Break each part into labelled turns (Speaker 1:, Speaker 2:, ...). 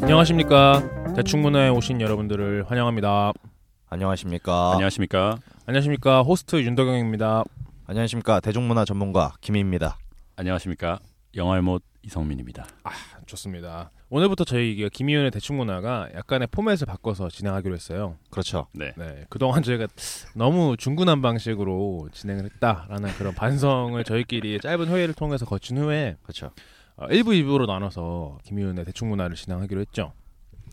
Speaker 1: 안녕하십니까 대충문화에 오신 여러분들을 환영합니다
Speaker 2: 아.
Speaker 3: 안녕하십니까.
Speaker 2: 안녕하십니까.
Speaker 1: 안녕하십니까 호스트 윤덕영입니다
Speaker 3: 십니까 대중문화 전문가 김희입니다.
Speaker 2: 안녕하십니까. 영화의못 이성민입니다.
Speaker 1: 좋습니다 오늘부터 저희 이게 김희윤의 대충문화가 약간의 포맷을 바꿔서 진행하기로 했어요
Speaker 3: 그렇죠.
Speaker 2: 네.
Speaker 1: 네 그동안 저희가 너무 중구난 방식으로 진행을 했다라는 그런 반성을 저희끼리 짧은 회의를 통해서 거친 후에
Speaker 3: 그렇죠.
Speaker 1: 어, 1부 2부로 나눠서 김희윤의 대충문화를 진행하기로 했죠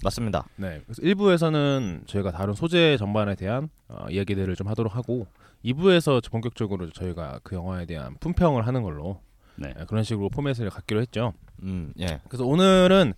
Speaker 3: 맞습니다.
Speaker 1: 네, 그래서 1부에서는 저희가 다룬 소재 전반에 대한 어, 이야기들을 좀 하도록 하고 2부에서 본격적으로 저희가 그 영화에 대한 품평을 하는 걸로
Speaker 2: 네.
Speaker 1: 예, 그런 식으로 포맷을 갖기로 했죠.
Speaker 3: 음, 예.
Speaker 1: 그래서 오늘은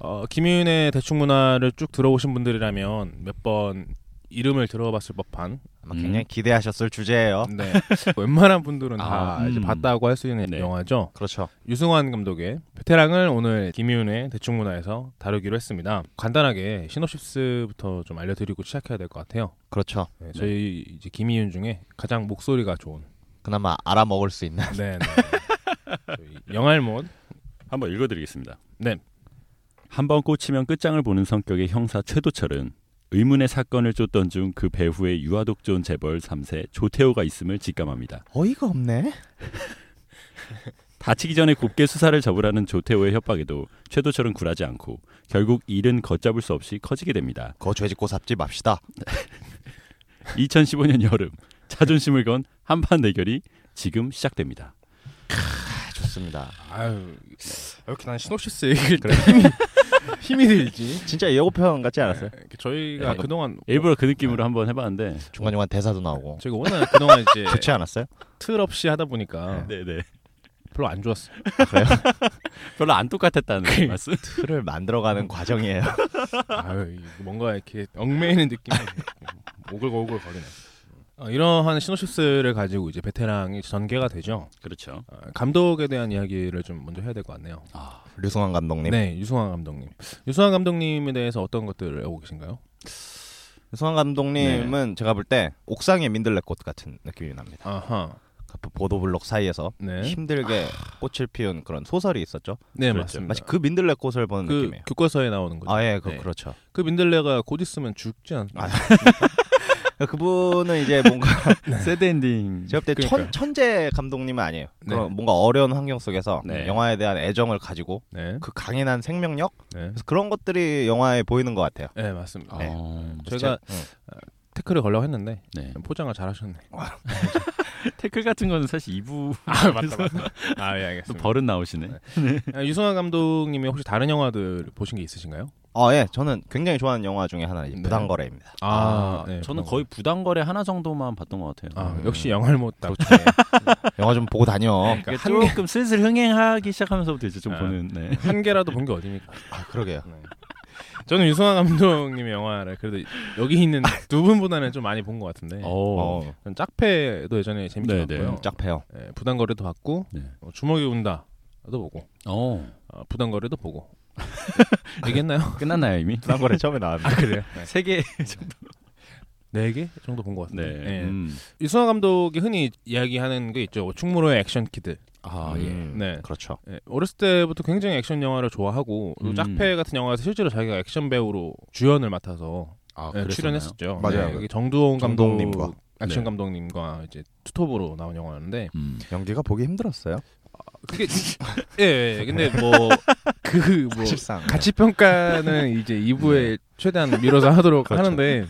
Speaker 1: 어, 김윤의 대충 문화를 쭉 들어오신 분들이라면 몇 번 이름을 들어봤을 법한
Speaker 3: 아마
Speaker 2: 음.
Speaker 3: 굉장히 기대하셨을 주제예요.
Speaker 1: 네, 웬만한 분들은 다
Speaker 2: 아,
Speaker 1: 이제
Speaker 2: 음.
Speaker 1: 봤다고 할 수 있는
Speaker 2: 네.
Speaker 1: 영화죠.
Speaker 3: 그렇죠.
Speaker 1: 유승환 감독의 베테랑을 오늘 김윤의 대충 문화에서 다루기로 했습니다. 간단하게 시놉시스부터 좀 알려드리고 시작해야 될 것 같아요.
Speaker 3: 그렇죠.
Speaker 1: 네, 저희 이제 김희윤 중에 가장 목소리가 좋은
Speaker 3: 그나마 알아먹을 수 있는.
Speaker 1: 네, 네. 저희 영알못
Speaker 2: 한번 읽어드리겠습니다.
Speaker 1: 네.
Speaker 2: 한번 꽂히면 끝장을 보는 성격의 형사 최도철은 의문의 사건을 쫓던 중 그 배후에 유아독존 재벌 3세 조태호가 있음을 직감합니다.
Speaker 3: 어이가 없네.
Speaker 2: 다치기 전에 곱게 수사를 접으라는 조태호의 협박에도 최도철은 굴하지 않고 결국 일은 걷잡을 수 없이 커지게 됩니다.
Speaker 3: 거 죄짓고 잡지 맙시다.
Speaker 2: 2015년 여름 자존심을 건 한판 대결이 지금 시작됩니다.
Speaker 3: 아, 좋습니다.
Speaker 1: 아유 이렇게 난 시놉시스 얘기를 그래. 힘이, 힘이 들지
Speaker 3: 진짜 예고편 같지 않았어요?
Speaker 1: 저희가
Speaker 2: 네.
Speaker 1: 그동안
Speaker 2: 일부러 그 느낌으로 한번 해봤는데
Speaker 3: 중간중간 대사도 나오고.
Speaker 1: 저희가 워낙 그동안 이제
Speaker 3: 좋지 않았어요?
Speaker 1: 틀 없이 하다 보니까
Speaker 2: 네네
Speaker 1: 별로 안 좋았어 요
Speaker 2: 별로 안 똑같았다는 말씀.
Speaker 3: 틀을 만들어가는 과정이에요.
Speaker 1: 아유 이거 뭔가 이렇게 얽매이는 느낌이 오글오글 거리네 어, 이러한 시놉시스를 가지고 이제 베테랑이 전개가 되죠
Speaker 2: 그렇죠.
Speaker 1: 어, 감독에 대한 이야기를 좀 먼저 해야 될 것 같네요
Speaker 2: 아,
Speaker 3: 류승환 감독님.
Speaker 1: 네 유승환 감독님 유승환 감독님에 대해서 어떤 것들을 알고 계신가요?
Speaker 3: 류승환 감독님은 제가 볼 때 옥상의 민들레꽃 같은 느낌이 납니다.
Speaker 1: 아하
Speaker 3: 그 보도블록 사이에서
Speaker 1: 네.
Speaker 3: 힘들게 꽃을 피운 그런 소설이 있었죠.
Speaker 1: 네
Speaker 2: 그렇죠.
Speaker 1: 맞습니다.
Speaker 3: 마치 그 민들레꽃을 보는
Speaker 1: 그
Speaker 3: 느낌이에요.
Speaker 1: 교과서에 나오는 거죠.
Speaker 3: 아 예, 그,
Speaker 1: 네.
Speaker 3: 그렇죠.
Speaker 1: 그 민들레가 곧 있으면 죽지 않.
Speaker 3: 아, 그러니까 그분은 이제 뭔가
Speaker 1: 네.
Speaker 2: 새드 엔딩.
Speaker 3: 제가 볼때
Speaker 1: 그러니까요.
Speaker 3: 천, 천재 감독님은 아니에요.
Speaker 1: 네.
Speaker 3: 그런 뭔가 어려운 환경 속에서
Speaker 2: 네.
Speaker 3: 영화에 대한 애정을 가지고
Speaker 1: 네.
Speaker 3: 그 강인한 생명력
Speaker 1: 네.
Speaker 3: 그래서 그런 것들이 영화에 보이는 것 같아요.
Speaker 1: 네 맞습니다.
Speaker 3: 네.
Speaker 2: 어,
Speaker 1: 저희가
Speaker 3: 응.
Speaker 1: 태클을 걸려고 했는데
Speaker 2: 네.
Speaker 1: 포장을 잘하셨네.
Speaker 2: 태클 같은 거는 사실 2부
Speaker 1: 아 맞다 맞다. 아예 알겠습니다.
Speaker 2: 버릇 나오시네.
Speaker 1: 아, 유승환 감독님이 혹시 다른 영화들 보신 게 있으신가요?
Speaker 3: 아 예, 저는 굉장히 좋아하는 영화 중에 하나 이제
Speaker 1: 네.
Speaker 3: 부당거래입니다.
Speaker 1: 아, 네,
Speaker 2: 저는
Speaker 1: 그런
Speaker 2: 거의 부당거래 하나 정도만 봤던 것 같아요.
Speaker 1: 거. 아
Speaker 3: 음.
Speaker 1: 역시 영화를 못 다.
Speaker 3: 영화 좀 보고 다녀.
Speaker 2: 그러니까
Speaker 1: 그렇죠. 그러니까 한 개-
Speaker 2: 조금 슬슬 흥행하기 시작하면서부터 이제 좀
Speaker 1: 아.
Speaker 2: 보는. 네.
Speaker 1: 한 개라도 본 게 어디입니까?
Speaker 3: 아 그러게요.
Speaker 1: 네. 저는 유승환 감독님의 영화를 그래도 여기 있는 두 분보다는 좀 많이 본 것 같은데.
Speaker 2: 어.
Speaker 3: 어,
Speaker 1: 전 짝패도 예전에 재밌게
Speaker 2: 네, 네.
Speaker 1: 봤고요.
Speaker 3: 짝패요.
Speaker 1: 예, 부당거래도 봤고
Speaker 2: 네.
Speaker 1: 어, 주먹이 운다도 보고
Speaker 2: 어.
Speaker 1: 어, 부당거래도 보고 얘기했나요?
Speaker 2: 끝났나요 이미?
Speaker 3: 부당거래 처음에 나왔는데.
Speaker 1: 그래요?
Speaker 2: 세 개.
Speaker 1: 네 개 정도 본 것
Speaker 2: 네.
Speaker 1: 같은데 예.
Speaker 2: 음.
Speaker 1: 이승환 감독이 흔히 이야기하는 게 있죠 뭐 충무로의 액션 키드
Speaker 2: 아
Speaker 3: 음,
Speaker 2: 예.
Speaker 1: 네.
Speaker 3: 그렇죠.
Speaker 1: 예, 어렸을 때부터 굉장히 액션 영화를 좋아하고 또
Speaker 2: 음.
Speaker 1: 짝패 같은 영화에서 실제로 자기가 액션 배우로 주연을 맡아서
Speaker 2: 아,
Speaker 1: 예,
Speaker 2: 그랬었나요?
Speaker 1: 출연했었죠
Speaker 3: 맞아요.
Speaker 1: 네, 여기 정두홍 감독
Speaker 3: 정동님과.
Speaker 1: 액션
Speaker 2: 네.
Speaker 1: 감독님과 이제 투톱으로 나온 영화였는데
Speaker 2: 음.
Speaker 3: 연기가 보기 힘들었어요.
Speaker 1: 그게 예, 예 근데 뭐 그뭐
Speaker 3: 실상.
Speaker 1: 가치 평가는 이제 2부에 최대한 밀어서 하도록
Speaker 3: 그렇죠.
Speaker 1: 하는데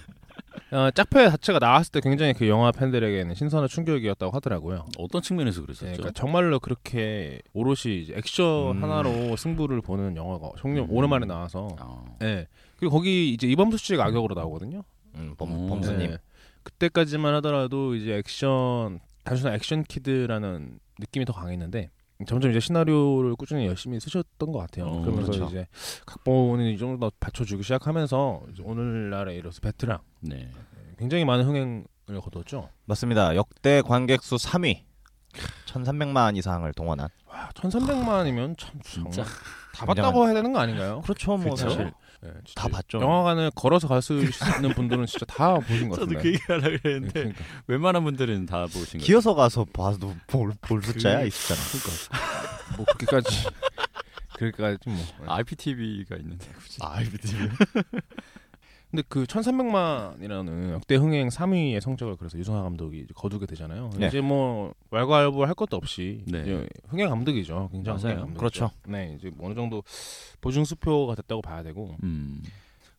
Speaker 1: 어, 짝패 자체가 나왔을 때 굉장히 그 영화 팬들에게는 신선한 충격이었다고 하더라고요.
Speaker 2: 어떤 측면에서
Speaker 1: 네,
Speaker 2: 그랬었죠?
Speaker 1: 그러니까 정말로 그렇게 오롯이 이제 액션
Speaker 3: 음.
Speaker 1: 하나로 승부를 보는 영화가 정말
Speaker 2: 음.
Speaker 1: 오랜만에 나와서
Speaker 2: 아.
Speaker 1: 네. 그리고 거기 이제 이범수 씨가 악역으로 나오거든요.
Speaker 3: 음, 범,
Speaker 2: 음.
Speaker 3: 범수님.
Speaker 1: 네. 그때까지만 하더라도 이제 액션 단순한 액션 키드라는 느낌이 더 강했는데 점점 이제 시나리오를 꾸준히 열심히 쓰셨던 것 같아요.
Speaker 2: 어,
Speaker 1: 그러면서
Speaker 3: 그렇죠.
Speaker 1: 이제 각본을 이 정도 받쳐주기 시작하면서 이제 오늘날에 이뤄서 베트랑
Speaker 2: 네.
Speaker 1: 굉장히 많은 흥행을 거뒀죠.
Speaker 3: 맞습니다. 역대 관객 수 3위. 1,300만 이상을 동원한.
Speaker 1: 와, 1,300만이면 참
Speaker 2: 진짜.
Speaker 1: 정말 다 봤다고 해야 되는 거 아닌가요?
Speaker 3: 그렇죠, 뭐
Speaker 2: 그렇죠.
Speaker 3: 사실
Speaker 1: 네, 진짜
Speaker 3: 다 봤죠.
Speaker 1: 영화관을 걸어서 갈 수 있는 분들은 진짜 다 보신 것
Speaker 2: 저도
Speaker 1: 같은데.
Speaker 2: 그 얘기 하려고 그랬는데
Speaker 1: 네, 그러니까.
Speaker 2: 웬만한 분들은 다 보신 아, 그 거예요.
Speaker 3: 그 기어서 가서 봐도 볼, 볼 숫자야 있었잖아.
Speaker 1: 뭐 그렇게까지 그러니까 뭐.
Speaker 2: 아. IPTV가 있는데 굳이.
Speaker 3: 아, IPTV.
Speaker 1: 근데 그 1,300만이라는 역대 흥행 3위의 성적을 그래서 유성하 감독이 이제 거두게 되잖아요.
Speaker 3: 네.
Speaker 1: 이제 뭐 왈가왈부할 것도 없이
Speaker 2: 네.
Speaker 1: 이제 흥행 감독이죠. 굉장히
Speaker 3: 맞아요.
Speaker 1: 흥행 감독이죠.
Speaker 3: 그렇죠.
Speaker 1: 네, 이제 뭐 어느 정도 보증 수표가 됐다고 봐야 되고
Speaker 2: 음.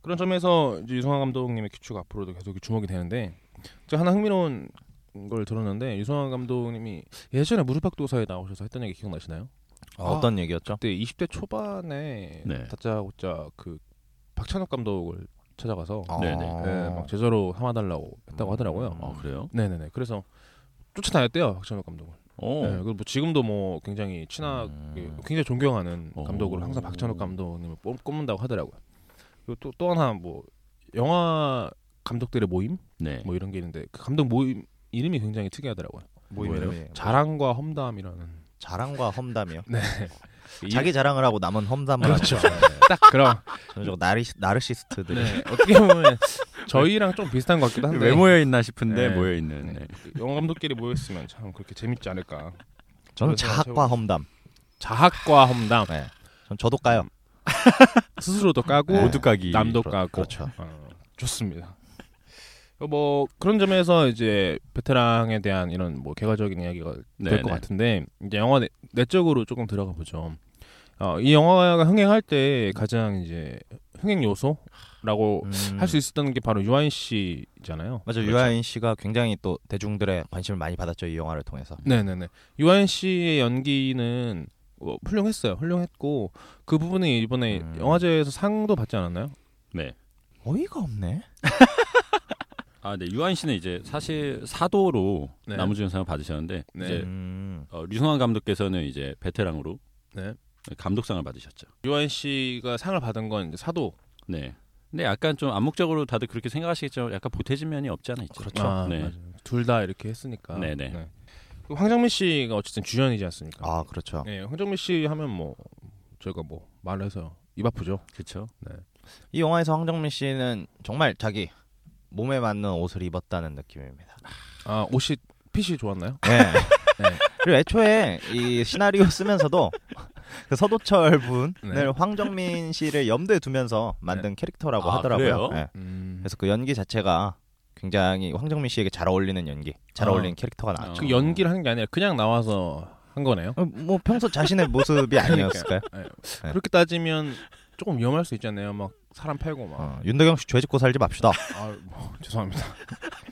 Speaker 1: 그런 점에서 이제 유성하 감독님의 기축 앞으로도 계속 주목이 되는데 제가 하나 흥미로운 걸 들었는데 유성하 감독님이 예전에 무릎팍도사에 나오셔서 했던 얘기 기억나시나요?
Speaker 3: 아, 어떤 얘기였죠?
Speaker 1: 그때 20대 초반에
Speaker 2: 네.
Speaker 1: 다짜고짜 그 박찬욱 감독을 찾아가서
Speaker 2: 네, 네.
Speaker 3: 아.
Speaker 1: 네, 막 제자로 삼아달라고 했다고 하더라고요.
Speaker 2: 아 그래요?
Speaker 1: 네네네. 그래서 쫓아다녔대요 박찬욱 감독을.
Speaker 2: 어.
Speaker 1: 네, 그리고 뭐 지금도 뭐 굉장히 친하게
Speaker 3: 음.
Speaker 1: 굉장히 존경하는
Speaker 2: 어.
Speaker 1: 감독으로 항상 박찬욱 감독님을 뽑, 꼽는다고 하더라고요. 그리고 또, 또 하나 뭐 영화 감독들의 모임
Speaker 2: 네.
Speaker 1: 뭐 이런 게 있는데 그 감독 모임 이름이 굉장히 특이하더라고요.
Speaker 3: 뭐예요?
Speaker 1: 자랑과
Speaker 2: 음.
Speaker 1: 험담이라는
Speaker 3: 자랑과 험담이요. 그
Speaker 1: 이-
Speaker 3: 자기 자랑을 하고 남은 험담을
Speaker 1: 네. 그렇죠.
Speaker 3: 하죠.
Speaker 2: 네.
Speaker 1: 딱 그런
Speaker 3: 저는 저거 나리 나르시스트들.
Speaker 1: 네, 어떻게 보면 저희랑 좀 비슷한 것 같기도 한데
Speaker 2: 왜 모여 있나 싶은데
Speaker 1: 네.
Speaker 2: 모여 있는.
Speaker 1: 네. 영화 감독끼리 모였으면 참 그렇게 재밌지 않을까.
Speaker 3: 저는
Speaker 1: 그렇죠, 그래서
Speaker 3: 자학과 험담.
Speaker 1: 자학과 험담
Speaker 3: 네. 전 저도 까요.
Speaker 1: 음. 스스로도 까고
Speaker 3: 네.
Speaker 2: 모두 가기.
Speaker 1: 남도
Speaker 3: 그렇-
Speaker 1: 까고
Speaker 3: 그렇죠.
Speaker 1: 어, 좋습니다. 뭐 그런 점에서 이제 베테랑에 대한 이런 뭐 개괄적인 이야기가 될
Speaker 2: 네,
Speaker 1: 것
Speaker 2: 네.
Speaker 1: 같은데 이제 영화 내, 내적으로 조금 들어가 보죠. 어, 이 영화가 흥행할 때 가장 이제 흥행 요소라고
Speaker 3: 음.
Speaker 1: 할 수 있었던 게 바로 유아인 씨잖아요. 그렇죠?
Speaker 3: 맞아요. 유아인 씨가 굉장히 또 대중들의 관심을 많이 받았죠 이 영화를 통해서.
Speaker 1: 네네네. 유아인 씨의 연기는 뭐 훌륭했어요. 훌륭했고 그 부분이 이번에
Speaker 3: 음.
Speaker 1: 영화제에서 상도 받지 않았나요?
Speaker 2: 네.
Speaker 3: 어이가 없네.
Speaker 2: 아, 네. 유한 씨는 이제 사실 사도로
Speaker 1: 네.
Speaker 2: 남우주연상을 받으셨는데
Speaker 1: 네.
Speaker 2: 이제
Speaker 3: 음.
Speaker 2: 어, 류성환 감독께서는 이제 베테랑으로
Speaker 1: 네.
Speaker 2: 감독상을 받으셨죠.
Speaker 1: 유아인 씨가 상을 받은 건 이제 사도
Speaker 2: 네. 근데 약간 좀 암묵적으로 다들 그렇게 생각하시겠지만 약간 보태진 면이 없지 않아 있죠.
Speaker 3: 그렇죠.
Speaker 1: 아,
Speaker 2: 네.
Speaker 1: 둘 다 이렇게 했으니까.
Speaker 2: 네네.
Speaker 1: 그 황정민 씨가 어쨌든 주연이지 않습니까?
Speaker 3: 아 그렇죠.
Speaker 1: 네, 황정민 씨 하면 뭐 저희가 뭐 말해서 입 아프죠.
Speaker 2: 그렇죠.
Speaker 3: 이 영화에서 황정민 씨는 정말 자기 몸에 맞는 옷을 입었다는 느낌입니다.
Speaker 1: 아 옷이 핏이 좋았나요?
Speaker 3: 네. 그리고 애초에 이 시나리오 쓰면서도 그 서도철 분을
Speaker 1: 네.
Speaker 3: 황정민 씨를 염두에 두면서 만든 캐릭터라고
Speaker 2: 아,
Speaker 3: 하더라고요.
Speaker 2: 그래요?
Speaker 3: 네.
Speaker 1: 음.
Speaker 3: 그래서 그 연기 자체가 굉장히 황정민 씨에게 잘 어울리는 연기, 잘
Speaker 1: 아.
Speaker 3: 어울리는 캐릭터가 나왔죠.
Speaker 1: 그 연기를 하는 게 아니라 그냥 나와서 한 거네요.
Speaker 3: 어, 뭐 평소 자신의 모습이 아니었을까요? 네.
Speaker 1: 그렇게 따지면 조금 위험할 수 있잖아요. 막 사람 패고 막.
Speaker 3: 어, 윤덕영 씨 죄 짓고 살지 맙시다.
Speaker 1: 아, 뭐, 죄송합니다.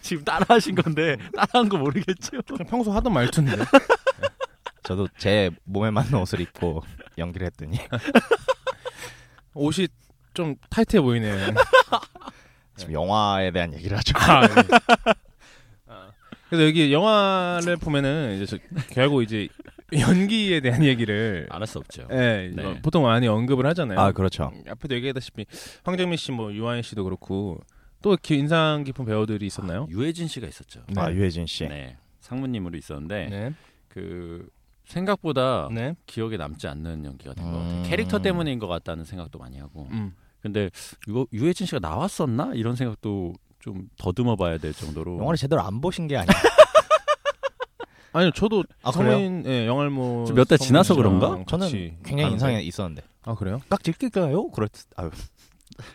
Speaker 2: 지금 따라하신 건데 따라한 거 모르겠죠.
Speaker 1: 그냥 평소 하던 말투인데.
Speaker 3: 저도 제 몸에 맞는 옷을 입고 연기를 했더니
Speaker 1: 옷이 좀 타이트해 보이네요.
Speaker 3: 지금 영화에 대한 얘기를 하죠.
Speaker 1: 아, 네. 아. 그래서 여기 영화를 보면은 이제 저- 결국 이제 연기에 대한 얘기를
Speaker 2: 알 수 없죠.
Speaker 1: 예,
Speaker 2: 네.
Speaker 1: 뭐 보통 많이 언급을 하잖아요.
Speaker 3: 아 그렇죠.
Speaker 1: 앞에도 얘기했다시피 황정민 씨, 뭐 유아인 씨도 그렇고 또 이렇게 인상 깊은 배우들이 있었나요?
Speaker 2: 유해진 씨가 있었죠.
Speaker 1: 네.
Speaker 3: 아 유해진 씨.
Speaker 2: 네. 상무님으로 있었는데
Speaker 1: 네.
Speaker 2: 그 생각보다
Speaker 1: 네.
Speaker 2: 기억에 남지 않는 연기가 된 것 같아요.
Speaker 3: 음.
Speaker 2: 캐릭터 때문인 것 같다는 생각도 많이 하고.
Speaker 1: 음.
Speaker 2: 근데 유, 유해진 씨가 나왔었나 이런 생각도 좀 더듬어 봐야 될 정도로
Speaker 3: 영화를 제대로 안 보신 게 아니야.
Speaker 1: 아니요, 저도
Speaker 3: 아,
Speaker 1: 성인 예, 영알모
Speaker 2: 좀몇달 지나서
Speaker 1: 성민이랑
Speaker 2: 그런가?
Speaker 3: 저는
Speaker 1: 같이
Speaker 3: 굉장히
Speaker 1: 가는데.
Speaker 3: 인상이 있었는데.
Speaker 1: 아 그래요?
Speaker 3: 깍지 낄까요? 그랬 아유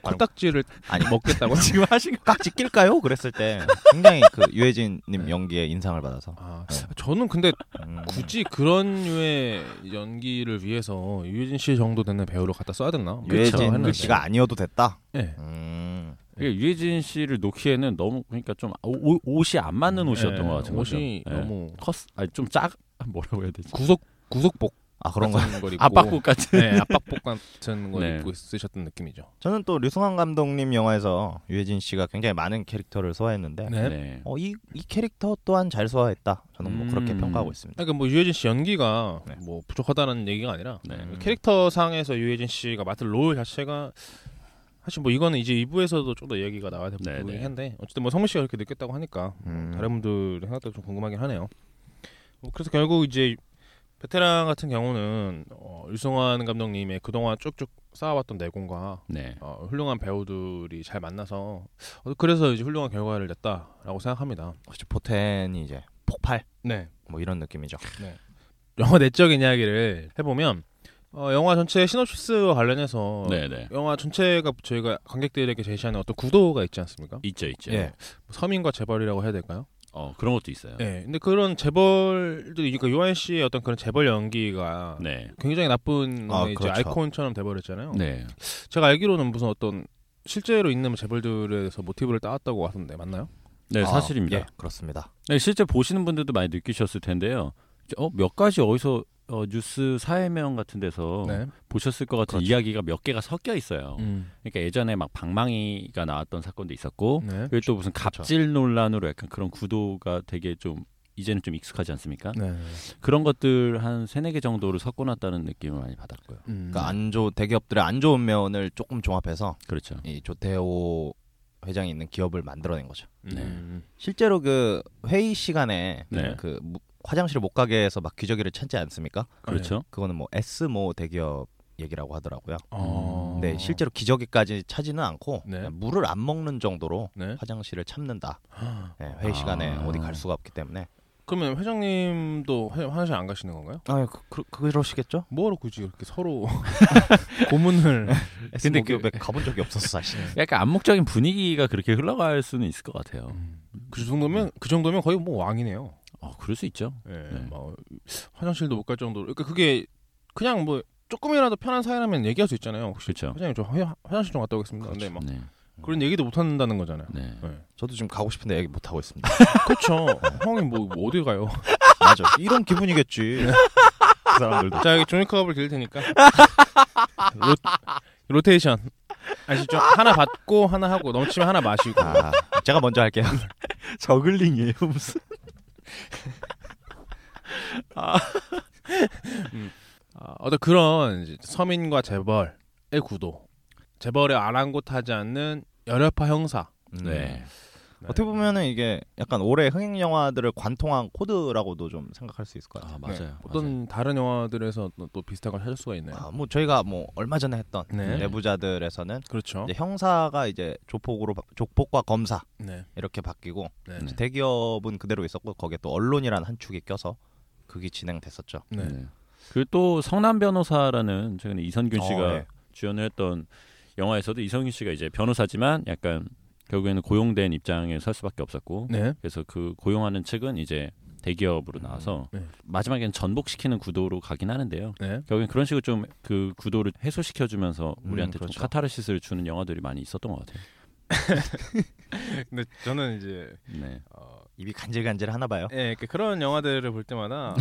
Speaker 1: 코딱지를
Speaker 3: 아니
Speaker 1: 먹겠다고요?
Speaker 3: 지금 하신 거 깍지 낄까요? 그랬을 때 굉장히 그
Speaker 1: 네.
Speaker 3: 유해진님 연기에 인상을 받아서
Speaker 1: 아, 저는 근데
Speaker 3: 음,
Speaker 1: 굳이 그런 류의 연기를 위해서 유해진 씨 정도 되는 배우를 갖다 써야 됐나? 그렇죠.
Speaker 3: 유해진
Speaker 1: 했는데.
Speaker 3: 씨가 아니어도 됐다.
Speaker 1: 예.
Speaker 3: 음,
Speaker 2: 이게 유해진 씨를 놓기에는 너무 그러니까 좀 오- 오- 옷이 안 맞는 옷이었던
Speaker 1: 예,
Speaker 2: 것 같은 거죠.
Speaker 1: 옷이
Speaker 2: 예.
Speaker 1: 너무
Speaker 2: 컸 아니 좀작 뭐라고 해야 되지?
Speaker 1: 구속 구속복
Speaker 3: 아 그런 거.
Speaker 1: 같은 걸 입고
Speaker 2: 압박복 같은.
Speaker 1: 네 압박복 같은 걸
Speaker 2: 네.
Speaker 1: 입고 쓰셨던 느낌이죠.
Speaker 3: 저는 또 류승환 감독님 영화에서 유해진 씨가 굉장히 많은 캐릭터를 소화했는데
Speaker 1: 네.
Speaker 2: 네.
Speaker 3: 어, 이, 이 캐릭터 또한 잘 소화했다. 저는 뭐 그렇게
Speaker 2: 음.
Speaker 3: 평가하고 있습니다.
Speaker 1: 그러니까 뭐 유해진 씨 연기가
Speaker 3: 네.
Speaker 1: 뭐 부족하다는 얘기가 아니라
Speaker 2: 네.
Speaker 3: 음.
Speaker 1: 캐릭터상에서 유해진 씨가 맡을 롤 자체가 사실 뭐 이거는 이제 2부에서도 좀 더 얘기가 나와야 될
Speaker 2: 네,
Speaker 1: 부분이긴
Speaker 2: 네.
Speaker 1: 한데 어쨌든 뭐 성민 씨가 그렇게 느꼈다고 하니까
Speaker 3: 음.
Speaker 1: 다른 분들 생각도 좀 궁금하긴 하네요. 뭐 그래서 결국 이제 베테랑 같은 경우는 어, 유성환 감독님의 그동안 쭉쭉 쌓아왔던 내공과
Speaker 2: 네.
Speaker 1: 어, 훌륭한 배우들이 잘 만나서 어, 그래서 이제 훌륭한 결과를 냈다라고 생각합니다.
Speaker 3: 혹시 포텐이 이제 폭발
Speaker 1: 네.
Speaker 3: 뭐 이런 느낌이죠.
Speaker 1: 영화 내적인 이야기를 해보면 어, 영화 전체 시놉시스와 관련해서
Speaker 2: 네네.
Speaker 1: 영화 전체가 저희가 관객들에게 제시하는 어떤 구도가 있지 않습니까? 뭐
Speaker 2: 있죠, 있죠.
Speaker 3: 예.
Speaker 1: 서민과 재벌이라고 해야 될까요?
Speaker 2: 어 그런 것도 있어요. 네.
Speaker 1: 네. 근데 그런 재벌들이 그러니까 요한 씨의 어떤 그런 재벌 연기가
Speaker 2: 네.
Speaker 1: 굉장히 나쁜
Speaker 3: 아,
Speaker 1: 이제
Speaker 3: 그렇죠.
Speaker 1: 아이콘처럼 돼버렸잖아요.
Speaker 3: 네.
Speaker 1: 제가 알기로는 무슨 어떤 실제로 있는 재벌들에서 모티브를 따왔다고 하던데 맞나요?
Speaker 2: 네,
Speaker 3: 아,
Speaker 2: 사실입니다.
Speaker 3: 예, 그렇습니다.
Speaker 2: 네, 실제 보시는 분들도 많이 느끼셨을 텐데요. 어, 몇 가지 어디서 어, 뉴스 사회명 같은
Speaker 3: 어.
Speaker 2: 데서
Speaker 1: 네.
Speaker 2: 보셨을 것 같은
Speaker 3: 그렇죠.
Speaker 2: 이야기가 몇 개가 섞여 있어요.
Speaker 1: 음.
Speaker 2: 그러니까 예전에 막 방망이가 나왔던 사건도
Speaker 3: 어?
Speaker 2: 있었고
Speaker 1: 네.
Speaker 2: 그리고 또 무슨 갑질 논란으로 약간 그런 구도가 되게 좀 이제는 좀 익숙하지 않습니까?
Speaker 1: 네.
Speaker 2: 그런 것들 한 세네 개 정도를 섞어놨다는 느낌을 많이 받았고요.
Speaker 1: 음.
Speaker 3: 그러니까 안 좋은 대기업들의 안 좋은 면을 조금 종합해서
Speaker 2: 그렇죠.
Speaker 3: 이 조태호 회장이 있는 기업을 만들어낸 거죠.
Speaker 2: 네.
Speaker 1: 음.
Speaker 3: 실제로 그 회의 시간에
Speaker 2: 네.
Speaker 3: 그 무- 화장실을 못 가게 해서 막 기저귀를 찾지 않습니까?
Speaker 2: 그렇죠.
Speaker 3: 그거는 뭐 S 모 대기업 얘기라고 하더라고요.
Speaker 1: 어.
Speaker 3: 네, 실제로 기저귀까지 차지는 않고
Speaker 1: 네.
Speaker 3: 그냥 물을 안 먹는 정도로
Speaker 1: 네.
Speaker 3: 화장실을 참는다. 네, 회의 시간에
Speaker 2: 아.
Speaker 3: 어디 갈 수가 없기 때문에.
Speaker 1: 그러면 회장님도 화- 화장실 안 가시는 건가요?
Speaker 3: 아, 그, 그, 그러시겠죠?
Speaker 1: 뭐로 굳이 그렇게 서로 고문을
Speaker 3: S
Speaker 1: 근데
Speaker 2: 그
Speaker 3: 모 기업에 가본 적이 없어서 사실은.
Speaker 2: 약간 암묵적인 분위기가 그렇게 흘러갈 수는 있을 것 같아요.
Speaker 1: 그 정도면 그 정도면 거의 뭐 왕이네요.
Speaker 2: 어, 그럴 수 있죠.
Speaker 1: 예,
Speaker 2: 네.
Speaker 1: 막 화장실도 못 갈 정도로. 그러니까 그게 그냥 뭐 조금이라도 편한 사이라면 얘기할 수 있잖아요. 혹시
Speaker 3: 어.
Speaker 2: 그렇죠.
Speaker 1: 회장님 저 화, 화장실 좀 갔다 오겠습니다.
Speaker 3: 그렇죠.
Speaker 1: 근데 막
Speaker 2: 네.
Speaker 1: 그런 얘기도 못 한다는 거잖아요.
Speaker 2: 네.
Speaker 3: 저도 지금 가고 싶은데 얘기 못 하고 있습니다.
Speaker 1: 그렇죠. 형이 뭐, 뭐 어디 가요?
Speaker 3: 맞아. 이런 기분이겠지. 그 사람들도.
Speaker 1: 자 여기 종이컵을 드릴 테니까 로, 로테이션 아시죠? 하나 받고 하나 하고 넘치면 하나 마시고.
Speaker 3: 아, 제가 먼저 할게요.
Speaker 2: 저글링이에요 무슨?
Speaker 1: 아, 어떤 그런 이제 서민과 재벌의 구도, 재벌에 아랑곳하지 않는 열혈파 형사.
Speaker 3: 음,
Speaker 2: 네.
Speaker 1: 네.
Speaker 3: 어떻게 보면은 이게 약간 올해 흥행 영화들을 관통한 코드라고도 좀 생각할 수 있을 것 같아요.
Speaker 2: 아 맞아요.
Speaker 1: 어떤 다른 영화들에서 또, 또 비슷한 걸 찾을 수가 있나요?
Speaker 3: 아, 뭐 저희가 뭐 얼마 전에 했던
Speaker 1: 네.
Speaker 3: 내부자들에서는
Speaker 1: 그렇죠.
Speaker 3: 이제 형사가 이제 조폭으로 바- 조폭과 검사
Speaker 1: 네.
Speaker 3: 이렇게 바뀌고
Speaker 1: 네.
Speaker 2: 음.
Speaker 3: 이제 대기업은 그대로 있었고 거기에 또 언론이라는 한 축이 껴서 그게 진행됐었죠.
Speaker 1: 네.
Speaker 2: 그리고 또 성남 변호사라는 최근에 이선균
Speaker 3: 어,
Speaker 2: 씨가
Speaker 3: 네.
Speaker 2: 주연을 했던 영화에서도 이선균 씨가 이제 변호사지만 약간 결국에는 고용된 입장에 설 수밖에 없었고
Speaker 1: 네.
Speaker 2: 그래서 그 고용하는 측은 이제 대기업으로 나와서
Speaker 1: 네.
Speaker 2: 마지막에는 전복시키는 구도로 가긴 하는데요.
Speaker 1: 네.
Speaker 2: 결국엔 그런 식으로 좀 그 구도를 해소시켜주면서
Speaker 3: 음,
Speaker 2: 우리한테
Speaker 3: 그렇죠.
Speaker 2: 좀 카타르시스를 주는 영화들이 많이 있었던 것 같아요.
Speaker 1: 근데 저는 이제
Speaker 2: 네.
Speaker 1: 어,
Speaker 3: 입이 간질간질 하나 봐요.
Speaker 1: 예, 그- 그런 영화들을 볼 때마다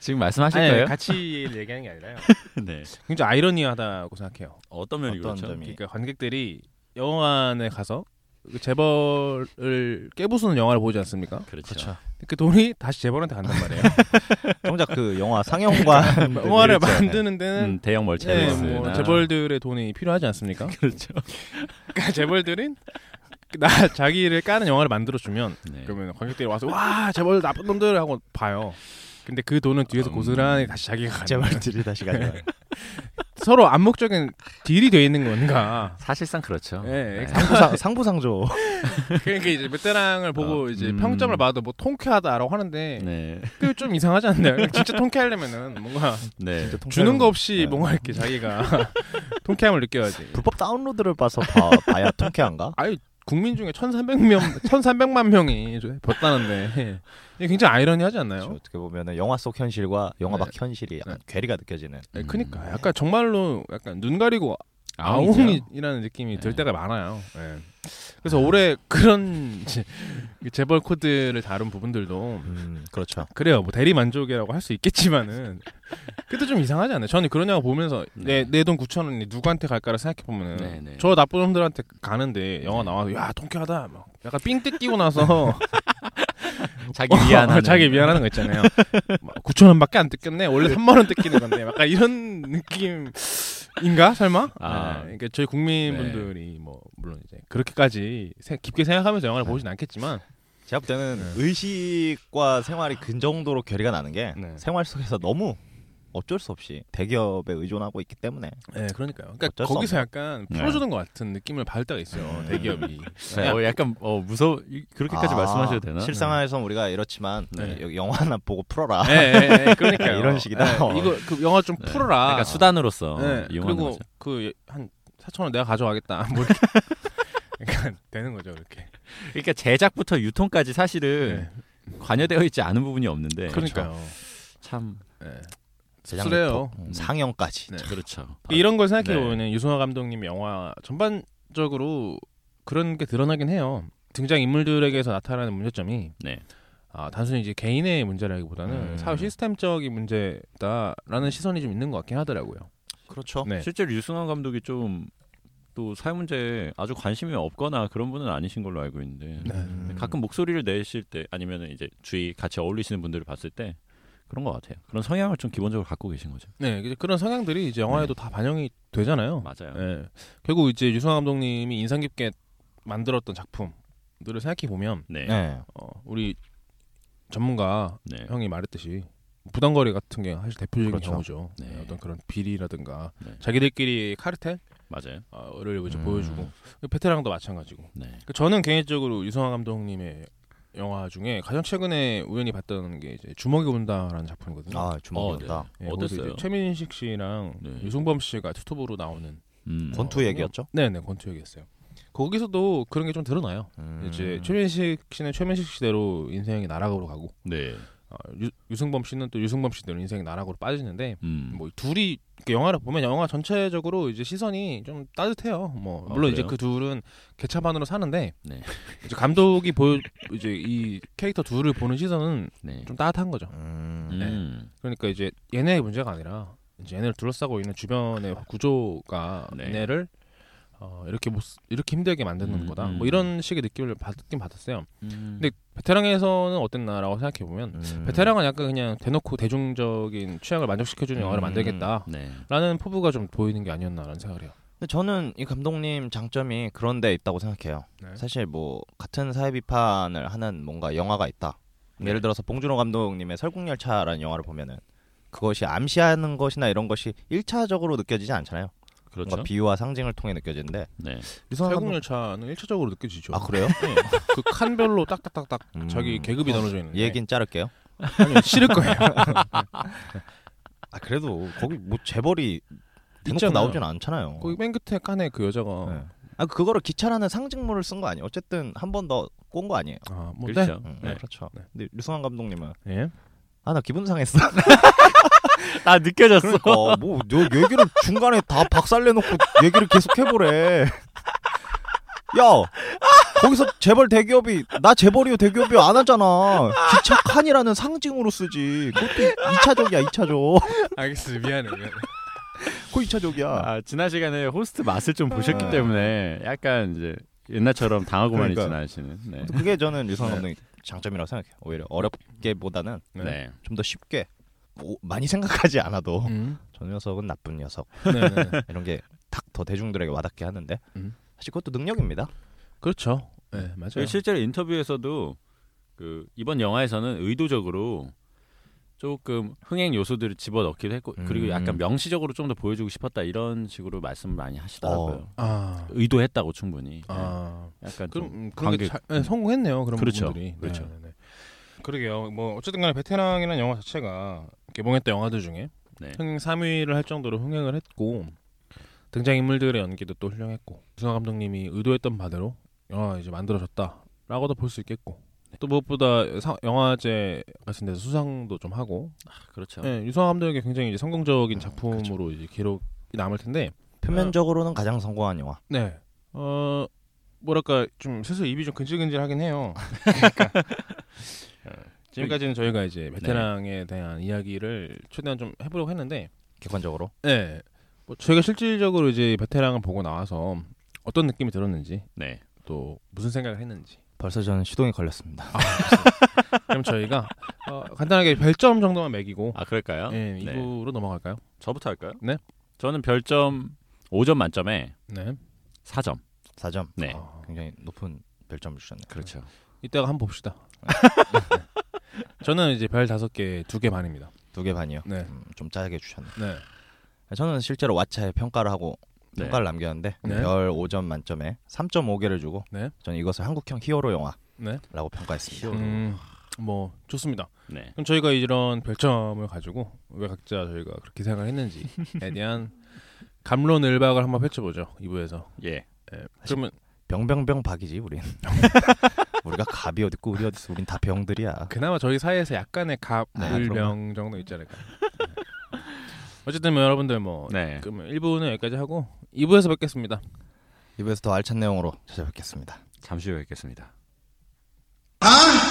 Speaker 2: 지금 말씀하실
Speaker 1: 아니,
Speaker 2: 거예요?
Speaker 1: 같이 얘기하는 게 아니라요.
Speaker 2: 네.
Speaker 1: 굉장히 아이러니하다고 생각해요.
Speaker 2: 어떤 면이
Speaker 3: 어떤
Speaker 2: 그렇죠?
Speaker 3: 점이?
Speaker 1: 그러니까 관객들이 영화관에 가서 그 재벌을 깨부수는 영화를 보지 않습니까?
Speaker 2: 그렇죠.
Speaker 3: 그렇죠.
Speaker 1: 그 돈이 다시 재벌한테 간단 말이에요.
Speaker 2: 네,
Speaker 3: 정작 그 영화 상영관
Speaker 1: 영화를 만드는 데는
Speaker 2: 그렇죠. 음, 대형
Speaker 1: 예,
Speaker 2: 멀체리스나
Speaker 1: 뭐 재벌들의 돈이 필요하지 않습니까?
Speaker 2: 그렇죠.
Speaker 1: 그러니까 재벌들은 나 자기를 까는 영화를 만들어 주면
Speaker 2: 네.
Speaker 1: 그러면 관객들이 와서 와 재벌 나쁜 놈들 하고 봐요. 근데 그 돈은 뒤에서
Speaker 2: 음.
Speaker 1: 고스란히 다시 자기가 가는 거야.
Speaker 3: 재벌들이 다시 가요.
Speaker 1: 서로 암묵적인 딜이 돼 있는 건가?
Speaker 2: 사실상 그렇죠.
Speaker 1: 예,
Speaker 3: 네. 상부상 상부상조.
Speaker 1: 그러니까 이제 베테랑을 보고
Speaker 2: 아,
Speaker 1: 이제
Speaker 2: 음.
Speaker 1: 평점을 봐도 뭐 통쾌하다라고 하는데
Speaker 2: 네.
Speaker 1: 그게 좀 이상하지 않나요? 진짜 통쾌하려면은 뭔가
Speaker 2: 네.
Speaker 1: 주는 거 없이
Speaker 3: 네.
Speaker 1: 뭔가 이렇게 자기가 통쾌함을 느껴야지.
Speaker 3: 불법 다운로드를 봐서 봐, 봐야 통쾌한가?
Speaker 1: 국민 중에 1,300명, 1,300만 명이 벗다는데 이게 굉장히 아이러니하지 않나요?
Speaker 2: 그렇죠.
Speaker 3: 어떻게 보면은 영화 속 현실과 영화
Speaker 1: 네.
Speaker 3: 밖 현실이 약간 괴리가 느껴지는.
Speaker 1: 네,
Speaker 2: 음.
Speaker 1: 그니까 약간 정말로 약간 눈 가리고
Speaker 2: 아웅이죠.
Speaker 1: 아웅이라는 느낌이 들
Speaker 2: 네. 아.
Speaker 1: 때가 많아요. 예. 그래서 올해 그런 이제 그 재벌 코드를 다룬 부분들도
Speaker 3: 음, 그렇죠.
Speaker 1: 그래요. 뭐 대리 만족이라고 할 수 있겠지만은 그래도 좀 이상하지 않아요. 저는 그런 영화 보면서
Speaker 2: 네.
Speaker 1: 내 내 돈 9천 원이 누구한테 갈까를 생각해 보면은
Speaker 2: 네, 네.
Speaker 1: 저 나쁜 놈들한테 가는데 영화 나와서 야 통쾌하다 막 약간 삥 뜯기고 나서
Speaker 2: 네. 자기 미안하는
Speaker 1: 어, 자기 미안하는 거 있잖아요. 막 9천 원밖에 안 뜯겼네. 원래 3만 원 뜯기는 건데 약간 이런 느낌인가 설마?
Speaker 2: 아. 네.
Speaker 1: 네, 그러니까 저희 국민분들이 뭐 물론 이제 그렇게까지 세- 깊게 생각하면서 영화를 보진 않겠지만
Speaker 3: 제가 볼 때는 의식과 생활이 그 정도로 괴리가 나는 게
Speaker 1: 네.
Speaker 3: 생활 속에서 너무 어쩔 수 없이 대기업에 의존하고 있기 때문에
Speaker 1: 네, 그러니까요. 그러니까
Speaker 3: 어쩔 수
Speaker 1: 거기서
Speaker 3: 없네.
Speaker 1: 약간 풀어주는 것 같은 느낌을 받을 때가 있어요. 대기업이.
Speaker 2: 네. 어, 약간 어, 무서워 이- 그렇게까지
Speaker 3: 아,
Speaker 2: 말씀하셔도 되나?
Speaker 3: 실상화에선 우리가 이렇지만
Speaker 1: 네.
Speaker 3: 여- 영화나 보고 풀어라.
Speaker 1: 네, 네, 네, 그러니까
Speaker 3: 이런 식이다.
Speaker 1: 이거 그 영화 좀
Speaker 2: 네.
Speaker 1: 풀어라.
Speaker 2: 그러니까 수단으로서
Speaker 1: 네,
Speaker 2: 이용하는
Speaker 1: 그리고
Speaker 2: 거죠.
Speaker 1: 그 한 4천 원 내가 가져가겠다. 뭐 이렇게. 그러니까 되는 거죠, 이렇게. 네,
Speaker 2: 그러니까 제작부터 유통까지 사실은 관여되어 있지 않은 부분이 없는데
Speaker 1: 그렇죠. 그러니까요.
Speaker 2: 참
Speaker 1: 네.
Speaker 3: 대장부터
Speaker 1: 씁쓸해요.
Speaker 3: 음, 상영까지.
Speaker 1: 네.
Speaker 2: 그렇죠.
Speaker 1: 이런 걸 생각해
Speaker 2: 네.
Speaker 1: 보면 은 유승화 감독님 영화 전반적으로 그런 게 드러나긴 해요. 등장 인물들에게서 나타나는 문제점이
Speaker 2: 네.
Speaker 1: 아, 단순히 이제 개인의 문제라기보다는
Speaker 3: 음.
Speaker 1: 사회 시스템적인 문제다라는 시선이 좀 있는 것 같긴 하더라고요.
Speaker 3: 그렇죠.
Speaker 1: 네.
Speaker 2: 어, 아, 실제로 유승환 감독이 좀 또 사회 문제에 아주 관심이 없거나 그런 분은 아니신 걸로 알고 있는데
Speaker 1: 네.
Speaker 3: 음.
Speaker 2: 가끔 목소리를 내실 때 아니면 이제 주위 같이 어울리시는 분들을 봤을 때 그런 것 같아요. 그런 성향을 좀 기본적으로 갖고 계신 거죠.
Speaker 1: 네, 이제 그런 성향들이 이제 영화에도 다 반영이 되잖아요.
Speaker 2: 네. 맞아요.
Speaker 1: 예. 결국 이제 유승환 감독님이 인상 깊게 만들었던 작품들을 생각해 보면
Speaker 2: 네. 네.
Speaker 3: 네.
Speaker 1: 어, 우리 전문가 형이 말했듯이 부당거래 같은 게 사실 대표적인
Speaker 3: 그렇죠.
Speaker 1: 경우죠.
Speaker 2: 네.
Speaker 1: 예, 어떤 그런 비리라든가
Speaker 2: 네.
Speaker 1: 자기들끼리 카르텔을 어,
Speaker 2: 맞아요.
Speaker 1: 이제
Speaker 3: 음.
Speaker 1: 보여주고 베테랑도 마찬가지고.
Speaker 2: 네.
Speaker 1: 그 저는 개인적으로 유성아 감독님의 영화 중에 가장 최근에 우연히 봤던 게 이제 주먹이 온다라는 작품이거든요.
Speaker 3: 아 주먹이
Speaker 2: 어,
Speaker 3: 온다.
Speaker 2: 네.
Speaker 1: 예, 거기서
Speaker 2: 어땠어요?
Speaker 1: 이제 최민식 씨랑
Speaker 2: 네.
Speaker 1: 유승범 씨가 투톱으로 나오는
Speaker 2: 음.
Speaker 3: 권투 얘기였죠.
Speaker 1: 네네 권투 얘기했어요. 거기서도 그런 게 좀 드러나요.
Speaker 3: 음.
Speaker 1: 이제 최민식 씨는 최민식 씨대로 인생이 나락으로 가고
Speaker 2: 네.
Speaker 1: 어, 유, 유승범 씨는 또 유승범 씨대로 인생이 나락으로 빠지는데
Speaker 2: 음.
Speaker 1: 뭐 둘이 이렇게 영화를 보면 영화 전체적으로 이제 시선이 좀 따뜻해요. 뭐
Speaker 2: 아,
Speaker 1: 물론 이제
Speaker 2: 그래요?
Speaker 1: 그 둘은 개차반으로 사는데
Speaker 2: 네.
Speaker 1: 이제 감독이 보여 이제 이 캐릭터 둘을 보는 시선은
Speaker 2: 네.
Speaker 1: 좀 따뜻한 거죠.
Speaker 3: 음.
Speaker 2: 음.
Speaker 1: 그러니까 이제 얘네의 문제가 아니라 이제 얘네를 둘러싸고 있는 주변의 구조가
Speaker 2: 네.
Speaker 1: 얘네를 어, 이렇게 못, 쓰- 이렇게 힘들게 만드는
Speaker 2: 음,
Speaker 1: 거다.
Speaker 2: 음.
Speaker 1: 뭐 이런 식의 느낌을 받긴 받았어요.
Speaker 2: 음.
Speaker 1: 근데 베테랑에서는 어땠나라고 생각해 보면
Speaker 3: 음.
Speaker 1: 베테랑은 약간 그냥 대놓고 대중적인 취향을 만족시켜주는 영화를
Speaker 3: 음.
Speaker 1: 만들겠다.
Speaker 2: 네.
Speaker 1: 라는 포부가 좀 보이는 게 아니었나라는 생각을 해요.
Speaker 3: 근데 저는 이 감독님 장점이 그런 데 있다고 생각해요.
Speaker 1: 네.
Speaker 3: 사실 뭐 같은 사회 비판을 하는 뭔가 영화가 있다. 예를 들어서 봉준호 감독님의 설국열차라는 영화를 보면은 그것이 암시하는 것이나 이런 것이 1차적으로 느껴지지 않잖아요.
Speaker 2: 그렇죠.
Speaker 3: 뭔가 비유와 상징을 통해 느껴지는데
Speaker 2: 네.
Speaker 3: 유성환 감독-
Speaker 1: 설국열차는 1차적으로 느껴지죠.
Speaker 3: 아 그래요?
Speaker 1: 그 칸별로 딱딱딱딱
Speaker 3: 음.
Speaker 1: 자기 계급이 나눠져 있는데
Speaker 3: 얘긴 자를게요.
Speaker 1: 아니요, 싫을 거예요.
Speaker 3: 아 그래도 거기 뭐 재벌이 대놓고
Speaker 1: 있잖아요.
Speaker 3: 나오진 않잖아요.
Speaker 1: 거기 맨 끝에 칸에 그 여자가
Speaker 3: 어. 네. 아 그거를 기차라는 상징물을 쓴 거 아니에요. 어쨌든 한 번 더 꼰 거 아니에요.
Speaker 1: 아, 뭐 네.
Speaker 2: 그렇죠.
Speaker 3: 음,
Speaker 1: 네.
Speaker 3: 그렇죠.
Speaker 1: 네.
Speaker 3: 근데 류승환 감독님은
Speaker 1: 예.
Speaker 3: 아 나 기분 상했어.
Speaker 2: 아 느껴졌어.
Speaker 3: 그러니까 뭐 너 얘기를 중간에 다 박살내놓고 얘기를 계속 해보래. 야 거기서 재벌 대기업이 나 재벌이요 대기업이요 안 하잖아. 기차 칸이라는 상징으로 쓰지. 그것도 2차적이야 2차적.
Speaker 1: 알겠습니다. 미안해. 미안해.
Speaker 3: 그거 2차적이야.
Speaker 2: 아, 지난 시간에 호스트 맛을 좀 보셨기
Speaker 3: 아.
Speaker 2: 때문에 약간 이제 옛날처럼 당하고만
Speaker 3: 그러니까요.
Speaker 2: 있지는 않으시는. 네.
Speaker 3: 그게 저는 류승환 감독의 장점이라고 생각해요. 오히려 어렵게보다는
Speaker 1: 네.
Speaker 2: 네.
Speaker 3: 좀 더 쉽게 뭐 많이 생각하지 않아도
Speaker 1: 음.
Speaker 3: 저 녀석은 나쁜 녀석
Speaker 1: 네, 네, 네.
Speaker 3: 이런 게 딱 더 대중들에게 와닿게 하는데
Speaker 1: 음.
Speaker 3: 사실 그것도 능력입니다.
Speaker 1: 그렇죠. 네, 맞아요.
Speaker 2: 저희 실제로 인터뷰에서도 그 이번 영화에서는 의도적으로 조금 흥행 요소들을 집어 넣기도 했고
Speaker 3: 음.
Speaker 2: 그리고 약간 명시적으로 좀 더 보여주고 싶었다 이런 식으로 말씀을 많이 하시더라고요.
Speaker 1: 아.
Speaker 2: 의도했다고 충분히.
Speaker 1: 아.
Speaker 2: 네. 약간
Speaker 1: 그럼
Speaker 2: 좀
Speaker 1: 음, 그런
Speaker 2: 관계-
Speaker 1: 게 잘- 네, 성공했네요. 그런
Speaker 2: 그렇죠.
Speaker 1: 부분들이. 네,
Speaker 2: 그렇죠.
Speaker 1: 네, 네. 그러게요. 뭐 어쨌든 간에 베테랑이라는 영화 자체가 개봉했던 영화들 중에
Speaker 2: 네.
Speaker 1: 흥행 3위를 할 정도로 흥행을 했고 등장 인물들의 연기도 또 훌륭했고 유승환 감독님이 의도했던 바대로 영화가 이제 만들어졌다라고도 볼 수 있겠고
Speaker 2: 네.
Speaker 1: 또 무엇보다 사- 영화제 같은 데서 수상도 좀 하고
Speaker 2: 아, 그렇죠.
Speaker 1: 예, 유승환 감독에게 굉장히 이제
Speaker 2: 아,
Speaker 1: 성공적인 작품으로 이제 기록이 남을 텐데
Speaker 3: 표면적으로는 가장 성공한 영화.
Speaker 1: 네. 어 뭐랄까 좀 슬슬 입이 좀 근질근질하긴 해요. 그러니까 어, 지금까지는 저희가 네. 이제 베테랑에 대한 이야기를 최대한 좀 해보려고 했는데,
Speaker 3: 객관적으로.
Speaker 1: 네. 뭐 저희가 실질적으로 이제 베테랑을 보고 나와서 어떤 느낌이 들었는지
Speaker 2: 네.
Speaker 1: 또 무슨 생각을 했는지.
Speaker 3: 벌써 저는 시동이 걸렸습니다.
Speaker 1: 그럼 저희가 어, 간단하게 별점 정도만 매기고
Speaker 2: 아 그럴까요?
Speaker 1: 예,
Speaker 2: 네.
Speaker 1: 2부로 넘어갈까요?
Speaker 2: 저부터 할까요?
Speaker 1: 네.
Speaker 2: 저는 별점 5점 만점에
Speaker 1: 네.
Speaker 2: 4점.
Speaker 3: 4점.
Speaker 2: 네.
Speaker 1: 어,
Speaker 3: 굉장히 높은 별점을 주셨네요.
Speaker 2: 그렇죠.
Speaker 1: 이따가 한번 봅시다. 네. 저는 이제 별 다섯 개 두 개 반입니다.
Speaker 3: 두개 두 개 반이요.
Speaker 1: 네.
Speaker 3: 음, 좀 짜게 주셨네.
Speaker 1: 네.
Speaker 3: 저는 실제로 왓챠에 평가를 하고
Speaker 2: 네.
Speaker 3: 평가를 남겼는데
Speaker 1: 네.
Speaker 3: 별 5점 만점에 3.5개를 주고
Speaker 1: 네.
Speaker 3: 저는 이것을 한국형 히어로 영화라고
Speaker 1: 네.
Speaker 3: 평가했습니다.
Speaker 2: 히어로.
Speaker 1: 음, 뭐 좋습니다.
Speaker 2: 네.
Speaker 1: 그럼 저희가 이런 별점을 가지고 왜 각자 저희가 그렇게 생각을 했는지에 대한 감론을 박을 한번 펼쳐보죠. 2부에서.
Speaker 2: 예.
Speaker 1: 예. 그러면
Speaker 3: 병병병 박이지 우린. 우리가 갑이 어디 있고 우리 어디 있어. 우린 다 병들이야.
Speaker 1: 그나마 저희 사이에서 약간의
Speaker 3: 네,
Speaker 1: 갑을병 정도 있지 않을까. 어쨌든 뭐 여러분들 뭐
Speaker 2: 네.
Speaker 1: 그러면 1부는 여기까지 하고 2부에서 뵙겠습니다.
Speaker 3: 이번에서 더 알찬 내용으로 찾아뵙겠습니다.
Speaker 2: 잠시 후에 뵙겠습니다.
Speaker 4: Huh?